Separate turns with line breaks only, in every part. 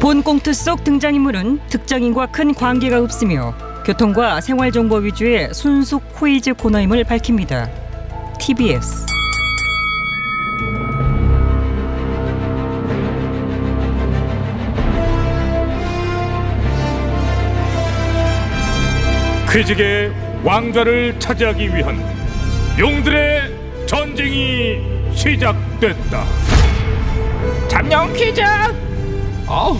본 꽁트 속 등장인물은 특정인과 큰 관계가 없으며 교통과 생활 정보 위주의 순수 코이즈 코너임을 밝힙니다. TBS.
퀴즈계 왕좌를 차지하기 위한 용들의 전쟁이 시작됐다. 잠룡 퀴즈. 아우.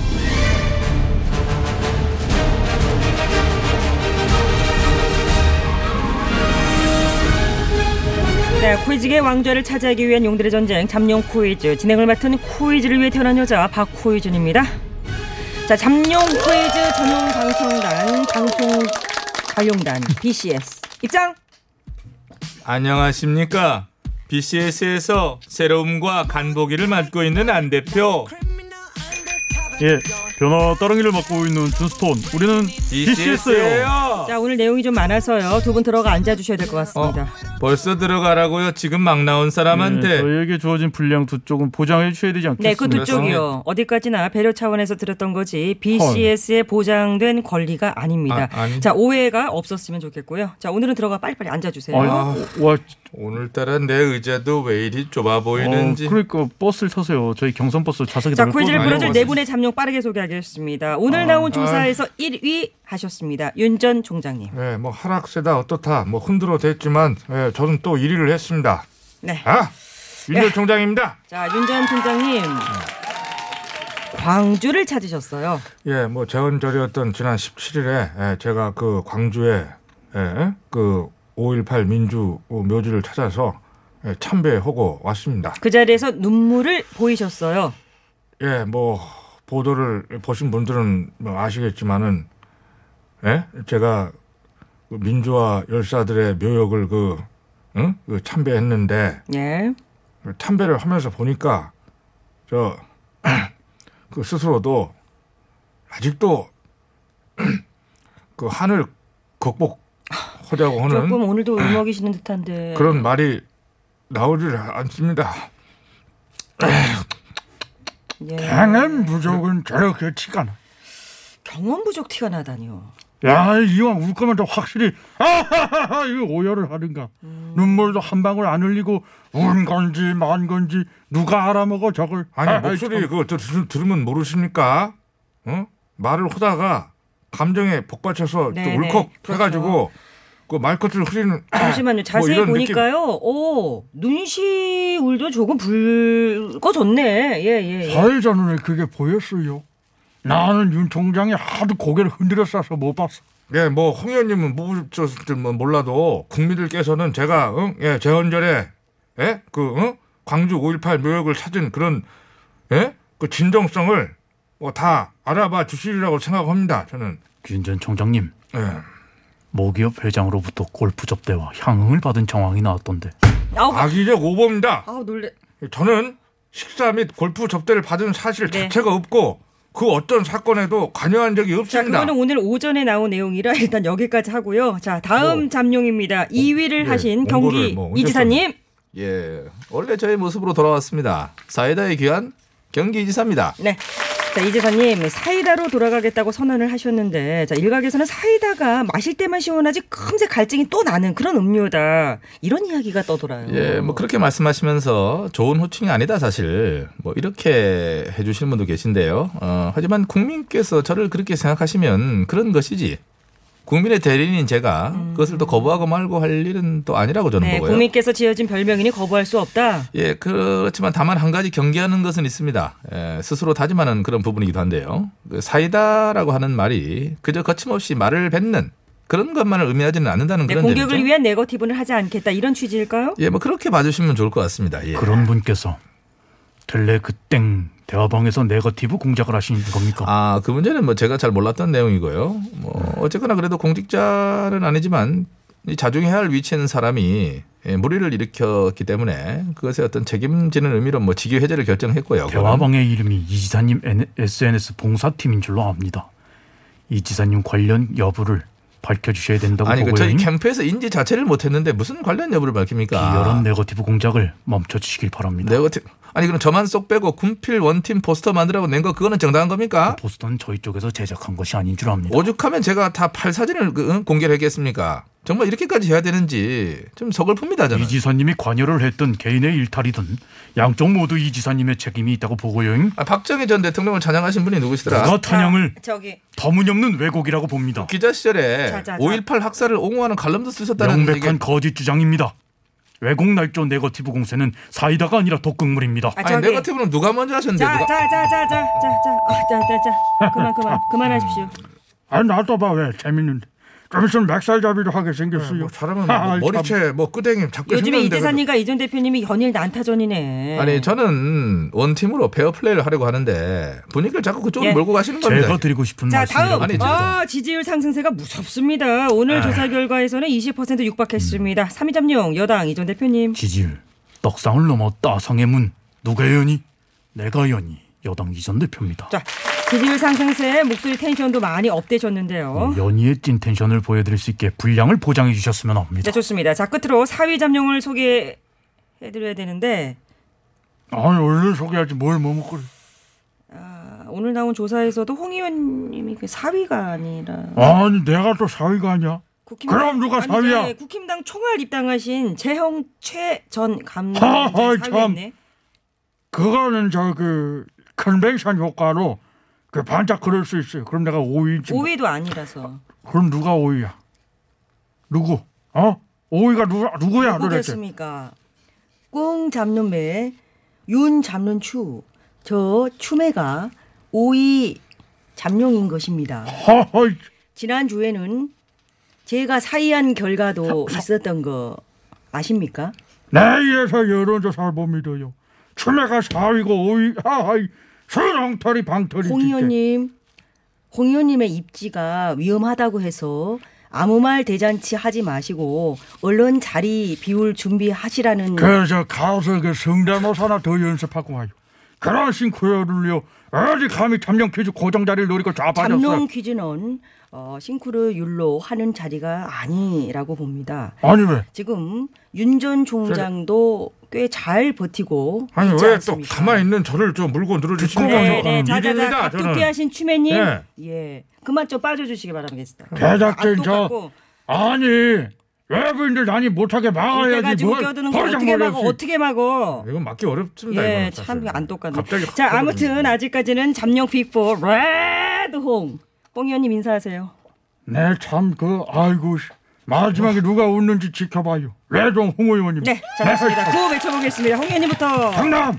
네, 코이즈계 왕좌를 차지하기 위한 용들의 전쟁 잠룡 코이즈 진행을 맡은 코이즈를 위해 태어난 여자 박코이즈입니다. 자, 잠룡 코이즈 전용 방송단 방송 관용단 BCS 입장.
안녕하십니까. BCS에서 새로움과 간보기를 맡고 있는 안 대표.
예, 변화 따릉이를 맡고 있는 준스톤. 우리는 BCS예요.
아.
자, 오늘 내용이 좀 많아서요. 두 분 들어가 앉아 주셔야 될 것
어,
같습니다.
벌써 들어가라고요. 지금 막 나온
예,
사람한테.
저희에게 주어진 분량 두 쪽은 보장해 주셔야 되지
네, 그
않겠습니까?
두 쪽이요. 어디까지나 배려 차원에서 들었던 거지 BCS에 보장된 권리가 아닙니다.
아, 아니.
자, 오해가 없었으면 좋겠고요. 자, 오늘은 들어가 빨리빨리 앉아주세요.
아이, 와,
오늘따라 내 의자도 왜 이리 좁아
어,
보이는지.
그러니까 버스를 타세요. 저희 경선 버스 좌석이
자,
넓거든요.
퀴즈를
많이
풀어줄 네
먹었어요.
분의 잠룡 빠르게 소개하겠습니다. 오늘 나온 조사에서 1위 하셨습니다. 윤 전 총장님.
예, 뭐 하락세다 어떻다 뭐 흔들어 댔지만 예, 저는 또 1위를 했습니다.
네.
아, 윤 전 총장입니다.
자, 윤 전 총장님. 광주를 찾으셨어요.
예, 뭐 재헌절이었던 지난 17일에 제가 그 광주에 예, 그5.18 민주 묘지를 찾아서 예, 참배하고 왔습니다.
그 자리에서 눈물을 보이셨어요.
예, 뭐 보도를 보신 분들은 뭐 아시겠지만은 예? 제가 그 민주화 열사들의 묘역을 그, 응? 그 참배했는데
예.
그 참배를 하면서 보니까 저 그 스스로도 아직도 그 한을 극복하자고 하는
조금 네. 오늘도 울먹이시는 듯한데.
그런 말이 나오질 않습니다.
예.
강한 부족은 저렇게 티가 나.
경험 부족 티가 나다니요.
야,
예.
이왕 울 거면 더 확실히 아하하하 이거 오열을 하든가.
음.
눈물도 한 방울 안 흘리고 운 건지 만 건지 누가 알아먹어 저걸. 아,
아니 목소리
참.
그거 들, 으면 모르십니까? 어? 말을 하다가 감정에 복받쳐서
네,
또
네.
울컥
그렇죠.
해가지고 그 말끝을 흐리는 뭐
뭐
잠시만요. 자세히
이런 느낌.
보니까요. 오, 눈시울도 조금 붉어졌네. 예, 예. 예.
사회자 눈에 그게 보였어요. 나는 윤 총장이 하도 고개를 흔들었어서 못 봤어.
예, 뭐 홍의원님은 모르셨을지 뭐 몰라도 국민들께서는 제가 응? 예, 재헌절에 예? 그 응? 광주 5.18 묘역을 찾은 그런 예? 그 진정성을 뭐다 알아봐 주시리라고 생각합니다. 저는
윤 전 총장님,
예.
모기업 회장으로부터 골프 접대와 향응을 받은 정황이 나왔던데.
아우,
악의적 오보입니다.
아우 놀래.
저는 식사 및 골프 접대를 받은 사실
네.
자체가 없고 그 어떤 사건에도 관여한 적이
자,
없습니다.
그거는 오늘 오전에 나온 내용이라 일단 여기까지 하고요. 자, 다음 잠룡입니다. 2위를
예,
하신
원고를
경기
뭐 언제
이지사님.
예. 원래 저의 모습으로 돌아왔습니다. 사이다의 귀한 경기지사입니다.
네. 자, 이지사님, 사이다로 돌아가겠다고 선언을 하셨는데, 자, 일각에서는 사이다가 마실 때만 시원하지 금세 갈증이 또 나는 그런 음료다. 이런 이야기가 떠돌아요.
예, 뭐 그렇게 말씀하시면서 좋은 호칭이 아니다 사실. 뭐 이렇게 해주시는 분도 계신데요. 어, 하지만 국민께서 저를 그렇게 생각하시면 그런 것이지. 국민의 대리인인 제가 그것을 또 거부하고 말고 할 일은 또 아니라고 저는
음. 네,
보고요.
국민께서 지어진 별명이니 거부할 수 없다.
예, 그렇지만 다만 한 가지 경계하는 것은 있습니다. 예, 스스로 다짐하는 그런 부분이기도 한데요. 그 사이다라고 하는 말이 그저 거침없이 말을 뱉는 그런 것만을 의미하지는 않는다는
네,
그런
공격을
점이죠.
위한 네거티브는 하지 않겠다. 이런 취지일까요?
예, 뭐 그렇게 봐주시면 좋을 것 같습니다.
그렇죠.
예.
그런 분께서 텔레 그땡 대화방에서 네거티브 공작을 하신 겁니까?
아, 그 문제는 뭐 제가 잘 몰랐던 내용이고요.
네.
뭐 어쨌거나 그래도 공직자는 아니지만 이 자중해야 할 위치에 있는 사람이 예, 무리를 일으켰기 때문에 그것에 어떤 책임지는 의미로 뭐 직위 해제를 결정했고요.
대화방의 이름이 이 지사님 SNS 봉사팀인 줄로 압니다. 이 지사님 관련 여부를 밝혀주셔야 된다고
아니 그
보고요.
저희 캠프에서 인지 자체를 못했는데 무슨 관련 여부를 밝힙니까?
비열한 네거티브 공작을 멈춰주시길 바랍니다.
내가 어떻게- 아니 그럼 저만 쏙 빼고 군필 원팀 포스터 만들라고 낸 거 그거는 정당한 겁니까?
포스터는 저희 쪽에서 제작한 것이 아닌 줄 압니다.
오죽하면 제가 다 팔 사진을 그, 응? 공개를 했겠습니까? 정말 이렇게까지 해야 되는지 좀 서글픕니다 저는.
이 지사님이 관여를 했던 개인의 일탈이든 양쪽 모두 이 지사님의 책임이 있다고 보고요.
아, 박정희 전 대통령을 찬양하신 분이 누구시더라?
누가 탄양을
저기
터무니없는 왜곡이라고 봅니다.
기자 시절에
자, 자, 자.
5.18 학살을 옹호하는 칼럼도 쓰셨다는
명백한 거짓 주장입니다. 왜곡 날조 네거티브 공세는 사이다가 아니라 독극물입니다.
아,
아니
저기.
네거티브는 누가 먼저 하셨는데 누가
어, 자자자자자자자자자 그만 그만 그만하십시오.
아 놔둬봐 왜 재밌는데. 좀 있으면 맥살잡이도 하게 생겼어요.
뭐 사람은 뭐
아, 참.
머리채 뭐 끄댕이 잡고
요즘에 이
힘든데
대사님과 이전 대표님이 연일 난타전이네.
아니 저는 원팀으로 페어플레이를 하려고 하는데 분위기를 자꾸 그쪽으로
예.
몰고 가시는 겁니다.
제가 드리고 싶은
뭐
자
말씀이라고
다음
아니,
봅니다.
아, 지지율 상승세가 무섭습니다. 오늘
아.
조사 결과에서는 20%
음.
육박했습니다. 3위 잠룡 여당 이전 대표님
지지율 떡상을 넘어 따상의 문 누가 연이 내가 연이 여당 이전 대표입니다.
자 지지율 상승세에 목소리 텐션도 많이
네,
업되셨는데요.
연이의 찐 텐션을 보여드릴 수 있게 분량을 보장해 주셨으면 합니다.
네 좋습니다. 자 끝으로 4위 잠룡을 소개해드려야 되는데
아니 얼른 소개하지 뭘 머뭇거려.
아, 오늘 나온 조사에서도 홍 의원님이 그 4위가 아니라
아니 내가 또 사위가 아니야.
국힘당,
어? 그럼 누가
아니,
사위야?
네, 국힘당 총알 입당하신 재형 최전
하하,
감독
참. 그거는 저 그 컨벤션 효과로 그 반짝 그럴 수 있어요. 그럼 내가 5위지.
5위도 아니라서
그럼 누가 5위야? 누구? 어? 5위가 누 아, 누구야 도대체?
누구겠습니까? 꽁 잡는 매, 윤 잡는 추, 저 추매가 5위 잠룡인 것입니다.
허허이.
지난 주에는 제가 사의한 결과도 있었던 거 아십니까?
내일에서 여론조사를 못 믿어요. 추매가 4위고 5위. 하하이. 수렁털이 방털이.
그러니까
홍
진짜.
의원님, 홍 의원님의 입지가 위험하다고 해서 아무 말 대잔치 하지 마시고 얼른 자리 비울 준비하시라는
그래서 가서 그 성대모사나 더 연습하고 와요. 그런 싱크로를요. 어디 감히 잠룡 퀴즈 고정 자리를 노리고 좌파졌어.
잠룡 퀴즈는 어, 싱크르 율로 하는 자리가 아니라고 봅니다.
아니 왜?
지금 윤 전 총장도 꽤 잘 버티고
아니
있지
왜 또
않습니까?
가만히 있는 저를 좀 물고 늘어주시는
듣고
네,
거죠?
네, 자자자
일입니다 저는.
각도피하신 추매님,
예.
예, 그만 좀 빠져주시기 바라겠습니다.
제작진
앞도
저-
깎고
아니 외부인들 난이 못하게
내가
막아야지
지금
뭐
껴드는 거
버장
어떻게 막어
몰랐지.
어떻게 막어?
이건 막기 어렵습니다.
예,
이거는 사실.
참안 똑같네.
갑자기 확
자,
터져버리네.
아무튼 아직까지는 잠룡 빅포 레드홍 홍 의원님 인사하세요.
네참 그 아이고 씨. 마지막에 누가 웃는지 지켜봐요 레종 홍
어.
의원님
네, 잘 됐습니다. 그 구호 외쳐보겠습니다. 홍 의원님부터
강남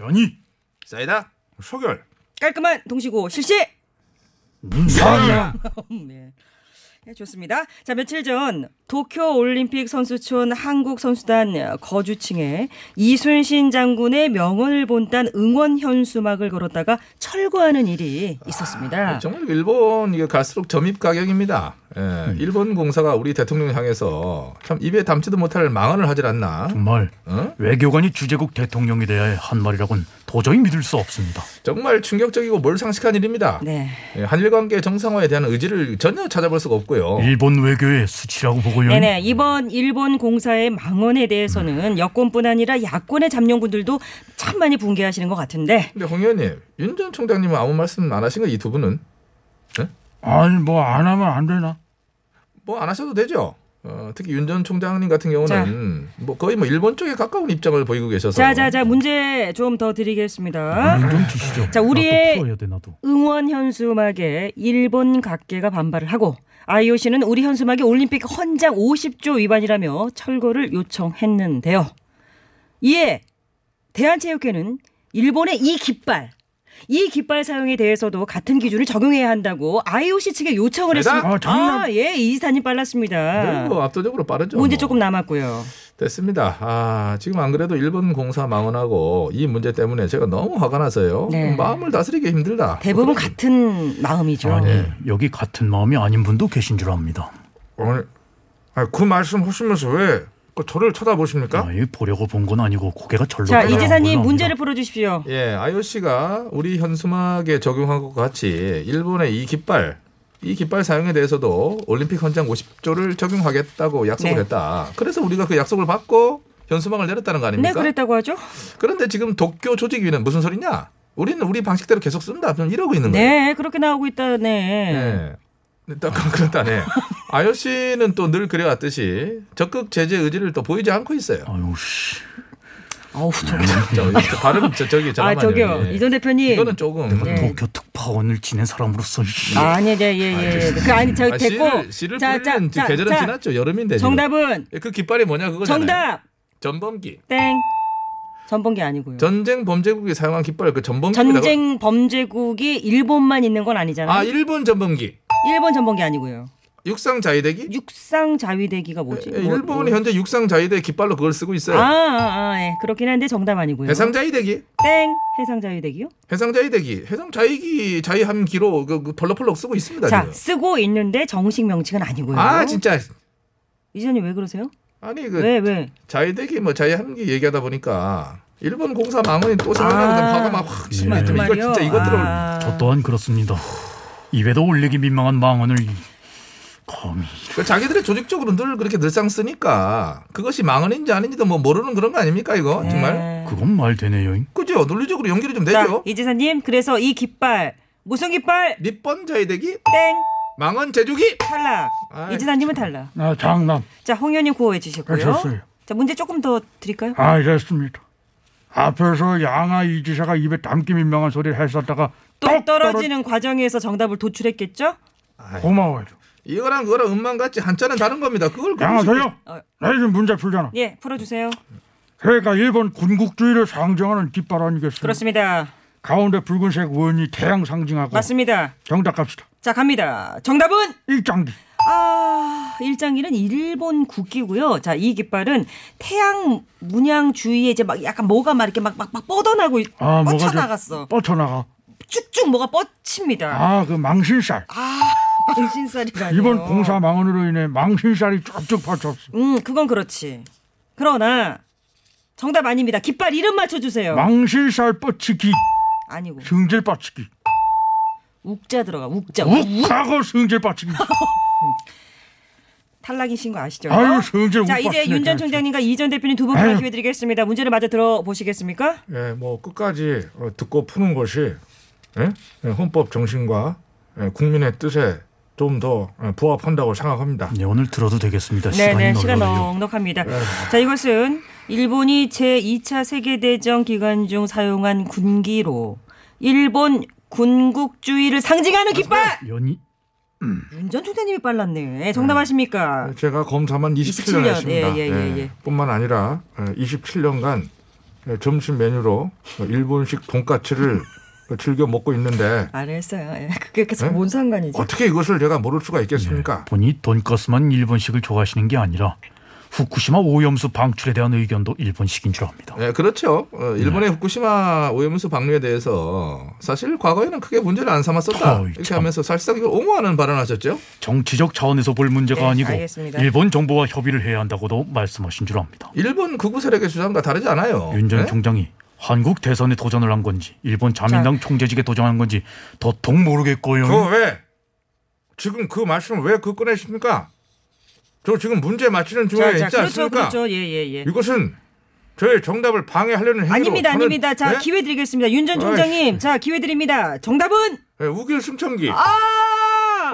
연이
사이다.
소결.
깔끔한 동시고 실시.
어?
사랑
네. 네, 좋습니다. 자, 며칠 전 도쿄 올림픽 선수촌 한국 선수단 거주층에 이순신 장군의 명언을 본딴 응원 현수막을 걸었다가 철거하는 일이
아,
있었습니다.
그렇죠.
정말 일본 이게 갈수록 점입 가격입니다. 예,
음.
일본 공사가 우리 대통령 을 향해서 참 입에 담지도 못할 망언을 하질 않나.
정말
응?
외교관이 주제국 대통령에 대해 한 말이라곤 도저히 믿을 수 없습니다.
정말 충격적이고 몰상식한 일입니다.
네.
예, 한일 관계 정상화에 대한 의지를 전혀 찾아볼 수가 없고요.
예.
일본 외교의 수치라고 보고요.
어. 네네 이번 일본 공사의 망언에 대해서는 여권뿐 아니라 야권의 잠룡분들도 참 많이 붕괴하시는 것 같은데
근데 홍 의원님, 윤 전 총장님은 아무 말씀 안 하신 거 이 두 분은
아니 뭐 안 하면 안 되나
뭐 안 하셔도 되죠. 어, 특히 윤 전 총장님 같은 경우는 뭐 거의 뭐 일본 쪽에 가까운 입장을 보이고 계셔서
자자자 문제 좀 더 드리겠습니다.
음, 좀 주시죠.
자,
나도
우리의-
풀어야 돼 나도.
응원 현수막에 일본 각계가 반발을 하고 IOC는 우리 현수막이 올림픽 헌장 50조 위반이라며 철거를 요청했는데요. 이에 대한체육회는 일본의 이 깃발, 이 깃발 사용에 대해서도 같은 기준을 적용해야 한다고 IOC 측에 요청을
대단-
했습니다.
아, 장난-
예, 이 이사님 빨랐습니다.
거의 뭐 압도적으로 빠르죠.
문제
뭐.
조금 남았고요.
됐습니다. 아, 지금 안 그래도 일본 공사 망언하고 이 문제 때문에 제가 너무 화가 나서요.
네.
마음을 다스리기 힘들다.
대부분 같은 마음이죠.
아니 네. 여기 같은 마음이 아닌 분도 계신 줄 압니다.
오늘 아니, 그 말씀 하시면서 왜 그 저를 쳐다보십니까?
아예 보려고 본 건 아니고 고개가 절로.
자,
올라온 걸로
이지사님
압니다.
문제를 풀어주십시오.
예, IOC가 우리 현수막에 적용한 것 같이 일본의 이 깃발 이 깃발 사용에 대해서도 올림픽 헌장 50조를 적용하겠다고 약속을
네.
했다. 그래서 우리가 그 약속을 받고 현수막을 내렸다는 거
네,
아닙니까?
그랬다고 하죠.
런데 지금 도쿄 조직위는 무슨 소리냐? 우리는 우리 방식대로 계속 쓴다. 그냥 이러고 있는 거예요.
네, 그렇게 나오고 있다네.
네. 딱 그런- 그렇다네. IOC는 또 늘 그래왔듯이 적극 제재 의지를 또 보이지 않고 있어요.
아유 씨.
어우, 저,
저, 저 발음 저, 저기
아,
잠깐만요.
저기요.
예.
이전 대표님.
이거는 조금
내가
네.
도쿄 특파원을 지낸 사람으로서 씨.
아, 아니, 네, 예, 예. 그, 아니, 저,
아,
됐고.
씨를, 씨를 뿌리는 지- 계절은 지났죠. 여름인데 지금.
정답은,
예, 그 깃발이 뭐냐 그거잖아요.
정답!
전범기.
땡. 전범계 아니고요.
전쟁 범죄국이 사용한 깃발 그 전범기라고.
전쟁 범죄국이 일본만 있는 건 아니잖아요.
아 일본 전범기.
일본 전범계 아니고요.
육상 자위대기.
육상 자위대기가 뭐지?
예,
뭐,
일본이
뭐.
현재 육상 자위대 깃발로 그걸 쓰고 있어요.
아, 아, 아, 예. 그렇긴 한데 정답 아니고요.
해상 자위대기.
땡. 해상 자위대기요?
해상 자위대기. 해상 자위기 자위함기로 그, 그 펄럭펄럭 쓰고 있습니다.
자,
지금.
쓰고 있는데 정식 명칭은 아니고요.
아 진짜.
이전이 왜 그러세요?
아니 그
왜, 왜?
자위대기 뭐 자위함기 얘기하다 보니까 일본 공사 망언이 또 생각나고
아,
그다음 화가 막확 심해.
그
이거
말이요?
진짜 이것들을
아.
저 또한 그렇습니다. 입에도 올리기 민망한 망언을 이- 감히
그 자기들이 조직적으로 늘 그렇게 늘상 쓰니까 그것이 망언인지 아닌지도 뭐 모르는 그런 거 아닙니까 이거 정말
네.
그건 말 되네요. 잉.
그죠 논리적으로 연결이 좀
자,
되죠
이지사님, 그래서 이 깃발, 무슨 깃발?
밑번 자위대기
땡!
망언 제주기
탈락.
아이,
이지사님은 탈락.
아, 장난.
자, 홍현님 구호해 주시고요.
됐어요.
자, 문제 조금 더 드릴까요?
아, 됐습니다. 앞에서 양아 이지사가 입에 담기 민망한 소리를 했었다가
또 떨어지는 과정에서 정답을 도출했겠죠?
고마워요.
이거랑 그거랑 음만 같이 한자는 다른 겁니다 그걸
네, 양아
그러시-
저요.
어.
나 지금 문제 풀잖아.
예, 풀어주세요.
그러니까 일본 군국주의를 상징하는 깃발 아니겠습니까?
그렇습니다.
가운데 붉은색 원이 태양 상징하고
맞습니다.
정답 갑시다.
자, 갑니다. 정답은
일장기.
아, 일장기는 일본 국기고요. 자, 이 깃발은 태양 문양 주위에 이제 막 약간 뭐가 막 이렇게 막 막 막 뻗어나고 있-
아, 뭐가 저-
뻗쳐나갔어.
뻗쳐나가.
쭉쭉 뭐가 뻗칩니다.
아, 그 망신살.
망신살이라요.
이번 공사 망언으로 인해 망신살이 쭉쭉 뻗쳤어.
음, 그건 그렇지. 그러나 정답 아닙니다. 깃발 이름 맞춰 주세요.
망신살 뻗치기.
아니고
승질 뻗치기.
욱자 들어가. 욱자.
욱하고 승질 뻗치기.
탈락이신 거 아시죠?
아유, 승질
자,
욱박치네,
이제 윤 전
그냥.
총장님과 이 전 대표님 두 분
아유.
기회 드리겠습니다. 문제를 마저 들어보시겠습니까?
예, 뭐 끝까지 어, 듣고 푸는 것이 예? 예, 헌법 정신과 예, 국민의 뜻에 좀 더
예,
부합한다고 생각합니다.
네 오늘 들어도 되겠습니다.
네네,
시간이
시간
널널해요.
넉넉합니다. 자, 이것은 일본이 제2차 세계대전 기간 중 사용한 군기로 일본 군국주의를 상징하는 깃발!
연이
윤 전 총장님이 빨랐네. 정답하십니까?
아, 제가 검사만
27년,
27년, 했습니다.
예, 예, 예, 예.
뿐만 아니라 어, 27년간 어, 점심 메뉴로 어, 일본식 돈까츠를 즐겨 먹고 있는데
안 했어요. 예, 그게 계속
네?
뭔 상관이지?
어떻게 이것을 제가 모를 수가 있겠습니까?
본이 돈가스만 일본식을 좋아하시는 게 아니라 후쿠시마 오염수 방출에 대한 의견도 일본식인 줄 압니다.
예, 그렇죠. 어, 일본의
네.
후쿠시마 오염수 방류에 대해서 사실 과거에는 크게 문제를 안 삼았었다.
어이,
이렇게
참.
하면서 사실상 이걸 옹호하는 발언하셨죠.
정치적 차원에서 볼 문제가
네,
아니고
알겠습니다.
일본 정부와 협의를 해야 한다고도 말씀하신 줄 압니다.
일본 극우 세력의 주장과 다르지
어,
않아요.
윤 전
네?
예?
총장이 한국 대선에 도전을 한 건지 일본 자민당 총재직에 도전한 건지 더더욱 모르겠고요.
그거 왜 지금 그 말씀을 왜 그 꺼내십니까? 저 지금 문제 맞히는 중에 있지
그렇죠,
않습니까?
그렇죠. 예, 예, 예.
이것은 저의 정답을 방해하려는 행위로
아닙니다,
저는,
아닙니다. 자,
예?
기회 드리겠습니다. 윤 전 총장님, 자, 기회 드립니다. 정답은
예, 우길 승천기.
아!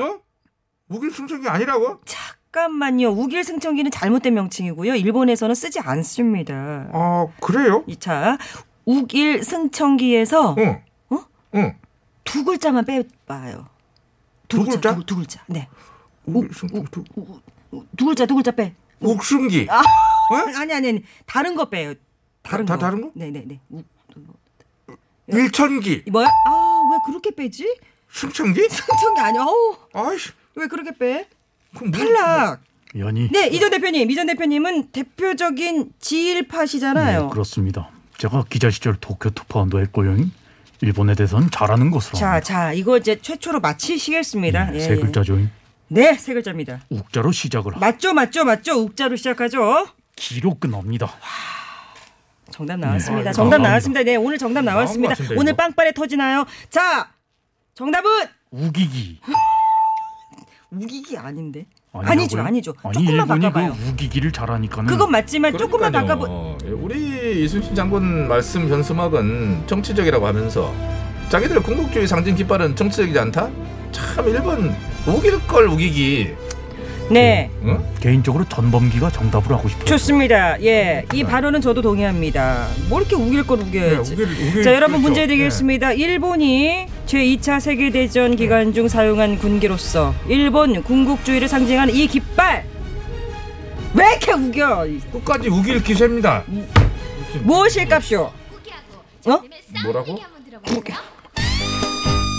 어? 우길 승천기 아니라고?
잠깐만요. 우길 승천기는 잘못된 명칭이고요. 일본에서는 쓰지 않습니다.
아 그래요?
이 차 우길 승천기에서
응.
어?
응.
두 글자만 빼봐요.
두 글자?
두, 두 글자. 네.
우길 승천 두-
우- 두 글자, 두 글자 빼.
욱승기.
아니, 아니, 아니. 다른 거 빼요. 다른
다-
거.
다 다른 거?
네, 네, 네. 우-
일천기.
뭐야? 아, 왜 그렇게 빼지?
승천기?
승천기 아니야. 어우,
아이씨.
왜 그렇게 빼?
그럼 뭐-
탈락.
연이
네, 이전 대표님. 이전 대표님은 대표적인 지일파시잖아요.
네, 그렇습니다. 제가 기자 시절 도쿄 특파원도 했고요. 일본에 대해서는 잘하는 것으로
자,
압니다.
자, 이거 이제 최초로 마치시겠습니다. 예,
세
예.
글자죠.
네, 세 글자입니다.
욱자로 시작을 하.
맞죠, 맞죠, 맞죠. 욱자로 시작하죠.
기로 끝납니다.
정답 나왔습니다.
아이고,
정답
감사합니다.
나왔습니다. 네, 오늘 정답 나왔습니다.
것 같은데,
오늘
이거.
빵빠레 터지나요? 자, 정답은
우기기.
우기기 아닌데.
아니라고요?
아니죠, 아니죠.
아니
조금만
일본이
바꿔봐요.
그 우기기를 잘하니까는
그건 맞지만 조금만
그러니까요.
바꿔보.
예, 우리 이순신 장군 말씀 현수막은 정치적이라고 하면서 자기들 궁극주의 상징 깃발은 정치적이지 않다? 참 일본 우길 걸 우기기.
네,
응?
개인적으로 전범기가 정답을 하고 싶어요.
좋습니다. 예, 이 발언은 저도 동의합니다. 뭐 이렇게 우길 걸
네,
우겨야지.
예,
우길,
자 여러분
그렇죠.
문제
네.
드리겠습니다. 일본이 제2차 세계대전 기간 중 사용한 군기로서 일본 군국주의를 상징하는 이 깃발 왜 이렇게 우겨?
끝까지 우길 기세입니다.
무엇일까쇼? 어?
뭐라고?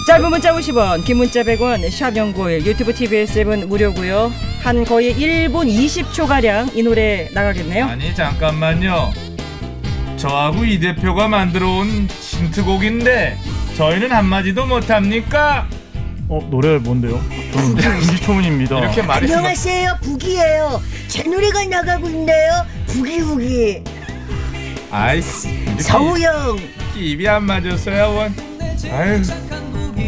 짧은 문자 50원, 긴 문자 100원, 샵 연구일, 유튜브 TBS 앱은 무료고요. 한 거의 1분 20초 가량 이 노래 나가겠네요.
아니 잠깐만요. 저하고 이 대표가 만들어온 신트곡인데 저희는 한마디도 못합니까?
어 노래 뭔데요? 저는 유기초문입니다.
이렇게 말이
어. 안녕하세요 북이에요 제 노래가 나가고 있네요 북이북이
아이씨. 이렇게
서우영
입이 안 맞았어요 원.
아유,